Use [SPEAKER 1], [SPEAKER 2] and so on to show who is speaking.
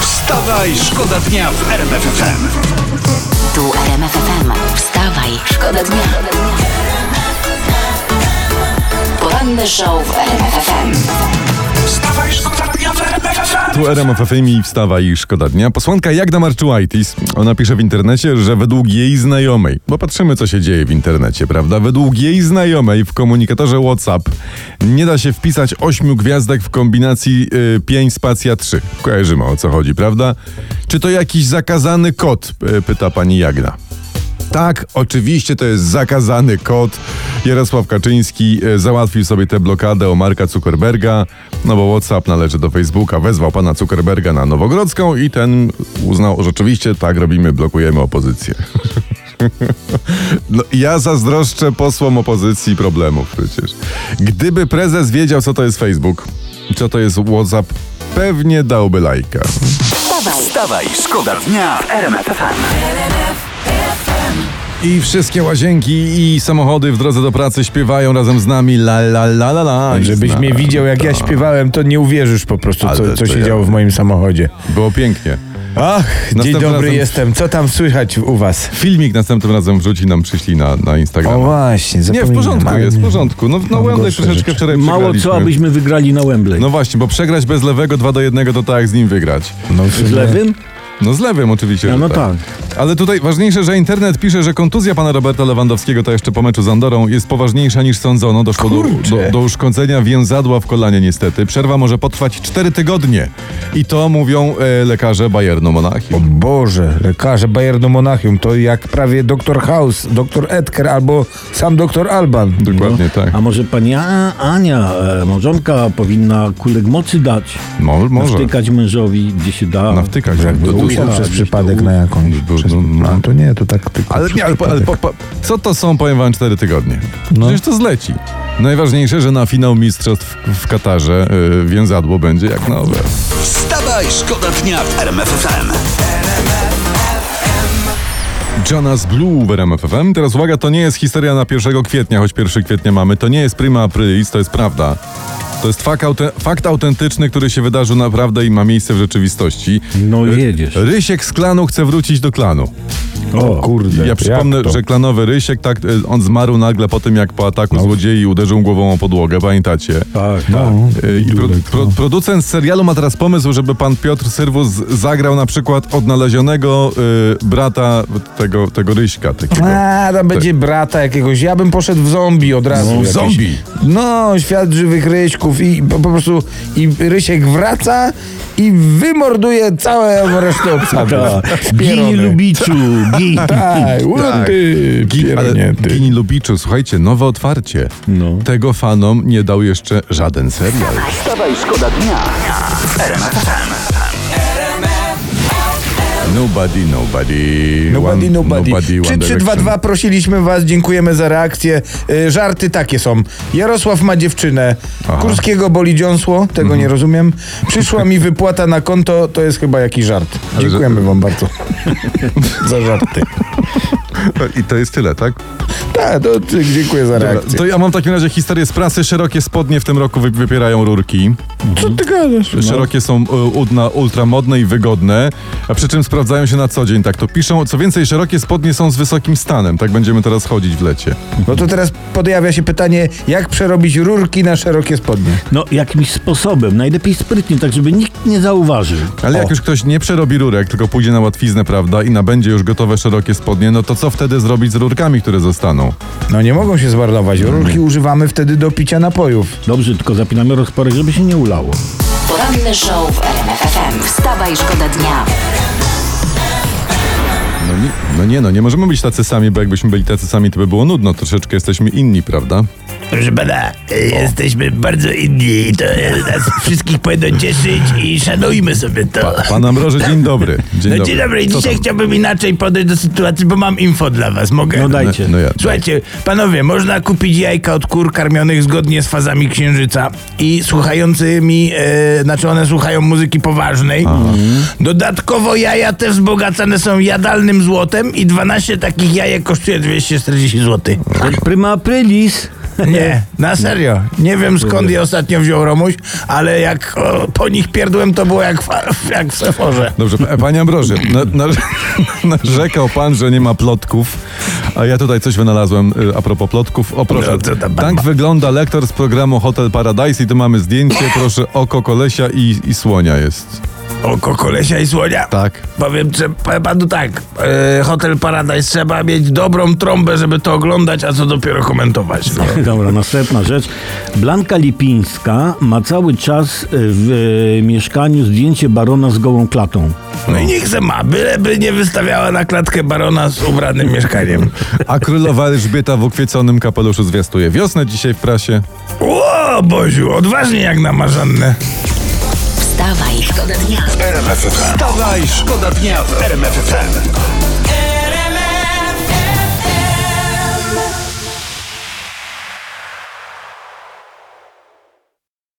[SPEAKER 1] Wstawaj, szkoda dnia w RMFFM.
[SPEAKER 2] Tu RMF FM. Wstawaj, szkoda dnia. Poranny show w RMF FM.
[SPEAKER 1] Wstawaj, szkoda dnia w RMFFM.
[SPEAKER 3] Tu RMFFM i wstawa i szkoda dnia. Posłanka Jagda Marczułajtis, ona pisze w internecie, że według jej znajomej, bo patrzymy co się dzieje w internecie, prawda? Według jej znajomej w komunikatorze WhatsApp nie da się wpisać ośmiu gwiazdek w kombinacji y, 5 spacja 3. Kojarzymy o co chodzi, prawda? Czy to jakiś zakazany kod? y, Pyta pani Jagda. Tak, oczywiście to jest zakazany kod. Jarosław Kaczyński e, załatwił sobie tę blokadę o Marka Zuckerberga, no bo WhatsApp należy do Facebooka. Wezwał pana Zuckerberga na Nowogrodzką i ten uznał, że oczywiście tak robimy, blokujemy opozycję. No, ja zazdroszczę posłom opozycji problemów przecież. Gdyby prezes wiedział, co to jest Facebook, co to jest WhatsApp, pewnie dałby lajka.
[SPEAKER 2] Wstawaj,
[SPEAKER 1] Wstawaj, szkoda dnia w RMFFM.
[SPEAKER 3] I wszystkie łazienki i samochody w drodze do pracy śpiewają razem z nami la la la la la. I
[SPEAKER 4] Tak, Żebyś
[SPEAKER 3] zna-
[SPEAKER 4] mnie widział, jak ja
[SPEAKER 3] to.
[SPEAKER 4] śpiewałem, to nie uwierzysz po prostu,
[SPEAKER 3] Ale
[SPEAKER 4] co, co
[SPEAKER 3] to
[SPEAKER 4] się
[SPEAKER 3] ja-
[SPEAKER 4] działo w moim samochodzie.
[SPEAKER 3] Było pięknie.
[SPEAKER 4] Ach, dzień
[SPEAKER 3] Następnym
[SPEAKER 4] dobry
[SPEAKER 3] razem-
[SPEAKER 4] jestem. Co tam słychać u was?
[SPEAKER 3] Filmik następnym razem wrzuci nam, przyślij na, na Instagram.
[SPEAKER 4] O właśnie,
[SPEAKER 3] nie, w
[SPEAKER 4] zapominam.
[SPEAKER 3] porządku
[SPEAKER 4] ale
[SPEAKER 3] jest, w
[SPEAKER 4] nie.
[SPEAKER 3] porządku. No, no
[SPEAKER 4] Mam
[SPEAKER 3] Wembley
[SPEAKER 4] gorsze
[SPEAKER 3] troszeczkę
[SPEAKER 4] rzeczy.
[SPEAKER 3] wczoraj
[SPEAKER 5] Mało
[SPEAKER 3] przegraliśmy.
[SPEAKER 5] co, abyśmy wygrali na Wembley.
[SPEAKER 3] No właśnie, bo przegrać bez lewego 2 do 1 to tak jak z nim wygrać.
[SPEAKER 4] No,
[SPEAKER 5] Z lewym?
[SPEAKER 3] No z lewym oczywiście.
[SPEAKER 5] No,
[SPEAKER 3] że
[SPEAKER 5] no tak.
[SPEAKER 3] Ale tutaj ważniejsze, że internet pisze, że kontuzja pana Roberta Lewandowskiego, to jeszcze po meczu z Andorą, jest poważniejsza niż sądzono. Doszło do, do, do uszkodzenia więzadła w kolanie niestety. Przerwa może potrwać 4 tygodnie. I to mówią e, lekarze Bayernu
[SPEAKER 4] O
[SPEAKER 3] Monachium.
[SPEAKER 4] Boże, lekarze Bayernu Monachium, to jak prawie doktor House, doktor Edgar albo sam doktor Alban.
[SPEAKER 3] Dokładnie tak.
[SPEAKER 5] no. A może pani A- Ania, e, małżonka, powinna kulek mocy dać,
[SPEAKER 3] Mo, może.
[SPEAKER 5] wtykać mężowi, gdzie się da.
[SPEAKER 3] Nawtykać.
[SPEAKER 4] Jakby
[SPEAKER 3] To dużo.
[SPEAKER 4] usiadł przez przypadek na jakąś.
[SPEAKER 3] Bo-
[SPEAKER 4] Przez,
[SPEAKER 3] no, no.
[SPEAKER 4] no to nie, to tak tylko.
[SPEAKER 3] Ale,
[SPEAKER 4] przez
[SPEAKER 3] nie, ale, po- ale
[SPEAKER 4] przypadek.
[SPEAKER 3] po, po, co to są, powiem wam, cztery tygodnie?
[SPEAKER 4] No.
[SPEAKER 3] Przecież to zleci. Najważniejsze, że na finał mistrzostw w, w Katarze y, więzadło będzie jak nowe.
[SPEAKER 1] Wstawaj, szkoda dnia w RMFFM.
[SPEAKER 3] Jonas Blue w RMF FM. Teraz uwaga, to nie jest historia na 1 kwietnia, choć 1 kwietnia mamy. To nie jest prima aprilis, to jest prawda. To jest fakt, aute- fakt autentyczny, który się wydarzył naprawdę i ma miejsce w rzeczywistości.
[SPEAKER 5] No
[SPEAKER 4] E,
[SPEAKER 3] Ry-
[SPEAKER 5] jedziesz.
[SPEAKER 3] Rysiek z klanu chce wrócić do klanu.
[SPEAKER 4] O kurde.
[SPEAKER 3] Ja przypomnę,
[SPEAKER 4] jak to?
[SPEAKER 3] że klanowy Rysiek, tak, y, on zmarł nagle po tym, jak po ataku złodziei uderzył głową o podłogę, pamiętacie?
[SPEAKER 5] Tak, tak.
[SPEAKER 4] No,
[SPEAKER 3] Y, I pro,
[SPEAKER 4] Dudek,
[SPEAKER 3] pro,
[SPEAKER 4] no.
[SPEAKER 3] producent serialu ma teraz pomysł, żeby pan Piotr Syrwus zagrał na przykład odnalezionego y, brata tego, tego Ryśka. Takiego.
[SPEAKER 4] A, tam będzie brata jakiegoś. Ja bym poszedł w zombie od razu.
[SPEAKER 3] Tak. No,
[SPEAKER 4] jakiś.
[SPEAKER 3] zombie.
[SPEAKER 4] No, świat żywych ryśków i po, po prostu i Rysiek wraca i wymorduje całe resztę obsady.
[SPEAKER 3] Tak.
[SPEAKER 5] Bij
[SPEAKER 4] Spierony.
[SPEAKER 5] Lubiczu, bij.
[SPEAKER 4] Tak, łundy,
[SPEAKER 3] Gi- ale
[SPEAKER 4] piernięty.
[SPEAKER 3] Gini Lubiczu, słuchajcie, nowe otwarcie.
[SPEAKER 5] No.
[SPEAKER 3] Tego fanom nie dał jeszcze żaden serial.
[SPEAKER 1] Wstawaj, szkoda dnia w RMFFM.
[SPEAKER 3] Nobody, nobody.
[SPEAKER 4] Nobody,
[SPEAKER 3] one-
[SPEAKER 4] nobody.
[SPEAKER 3] one direction.
[SPEAKER 4] 3322 prosiliśmy was, dziękujemy za reakcję. Y, żarty takie są. Jarosław ma dziewczynę.
[SPEAKER 3] Aha. Mhm.
[SPEAKER 4] Kurskiego boli dziąsło, tego nie rozumiem. Przyszła mi wypłata na konto, to jest chyba jakiś żart.
[SPEAKER 3] że-
[SPEAKER 4] Dziękujemy wam bardzo za żarty.
[SPEAKER 3] I to jest tyle, tak?
[SPEAKER 4] Tak, to ty- dziękuję za reakcję.
[SPEAKER 3] To ja mam w takim razie historię z prasy. Szerokie spodnie w tym roku wy- wypierają rurki.
[SPEAKER 4] Co ty gadasz?
[SPEAKER 3] Szerokie są e, udna, ultramodne i wygodne, a przy czym sprawdzają się na co dzień, tak to piszą. Co więcej, szerokie spodnie są z wysokim stanem, tak będziemy teraz chodzić w lecie.
[SPEAKER 4] No to teraz pojawia się pytanie, jak przerobić rurki na szerokie spodnie?
[SPEAKER 5] No jakimś sposobem, najlepiej sprytnie, tak żeby nikt nie zauważył.
[SPEAKER 3] Ale jak
[SPEAKER 4] O.
[SPEAKER 3] już ktoś nie przerobi rurek, tylko pójdzie na łatwiznę, prawda, i nabędzie już gotowe szerokie spodnie, no to co wtedy zrobić z rurkami, które zostaną?
[SPEAKER 4] No nie mogą się zmarnować. Rurki używamy wtedy do picia napojów.
[SPEAKER 5] Dobrze, tylko zapinamy rozporek, żeby się nie ulało.
[SPEAKER 2] Poranny show w RMF FM. Wstawaj, szkoda dnia.
[SPEAKER 3] No nie, no nie, no nie możemy być tacy sami, bo jakbyśmy byli tacy sami, to by było nudno. Troszeczkę jesteśmy inni, prawda?
[SPEAKER 6] Proszę pana, jesteśmy bardzo inni i to e, nas wszystkich powinno cieszyć i szanujmy sobie to.
[SPEAKER 3] Pan Ambroży, dzień dobry. Dzień
[SPEAKER 6] no
[SPEAKER 3] dobry.
[SPEAKER 6] dzień dobry,
[SPEAKER 3] Co
[SPEAKER 6] dzisiaj
[SPEAKER 3] tam?
[SPEAKER 6] chciałbym inaczej podejść do sytuacji, bo mam info dla was, mogę?
[SPEAKER 4] E,
[SPEAKER 5] No dajcie.
[SPEAKER 3] No ja,
[SPEAKER 6] Słuchajcie, panowie, można kupić jajka od kur karmionych zgodnie z fazami księżyca i słuchającymi, e, znaczy one słuchają muzyki poważnej. Dodatkowo jaja też wzbogacane są jadalnym
[SPEAKER 4] e,
[SPEAKER 6] złotem i 12 takich jajek kosztuje 240 zł.
[SPEAKER 5] Prima aprilis.
[SPEAKER 4] Nie, na serio. Nie wiem skąd je ostatnio wziął Romuś, ale jak o, po nich pierdłem, to było jak w, jak w Seforze.
[SPEAKER 3] Dobrze, p- panie Ambroży, na- na- narzekał pan, że nie ma plotków, a ja tutaj coś wynalazłem y, a propos plotków. O proszę,
[SPEAKER 4] No, co tam pan
[SPEAKER 3] tak
[SPEAKER 4] ma?
[SPEAKER 3] wygląda lektor z programu Hotel Paradise i tu mamy zdjęcie, proszę, oko kolesia i, i słonia jest.
[SPEAKER 4] Oko kolesia i słonia.
[SPEAKER 3] Tak.
[SPEAKER 4] Powiem, że powiem panu tak, e, Hotel Paradise trzeba mieć dobrą trąbę, żeby to oglądać, a co dopiero komentować. No.
[SPEAKER 5] Dobra, następna rzecz. Blanka Lipińska ma cały czas w e, mieszkaniu zdjęcie barona z gołą klatą.
[SPEAKER 4] No i niech se ma, byleby nie wystawiała na klatkę barona z ubranym mieszkaniem.
[SPEAKER 3] A królowa Elżbieta w ukwieczonym kapeluszu zwiastuje wiosnę dzisiaj w prasie.
[SPEAKER 4] Ło, Boziu, odważnie jak na marzannę.
[SPEAKER 2] Wstawaj, szkoda dnia.
[SPEAKER 1] Wstawaj, szkoda dnia w RMF FM.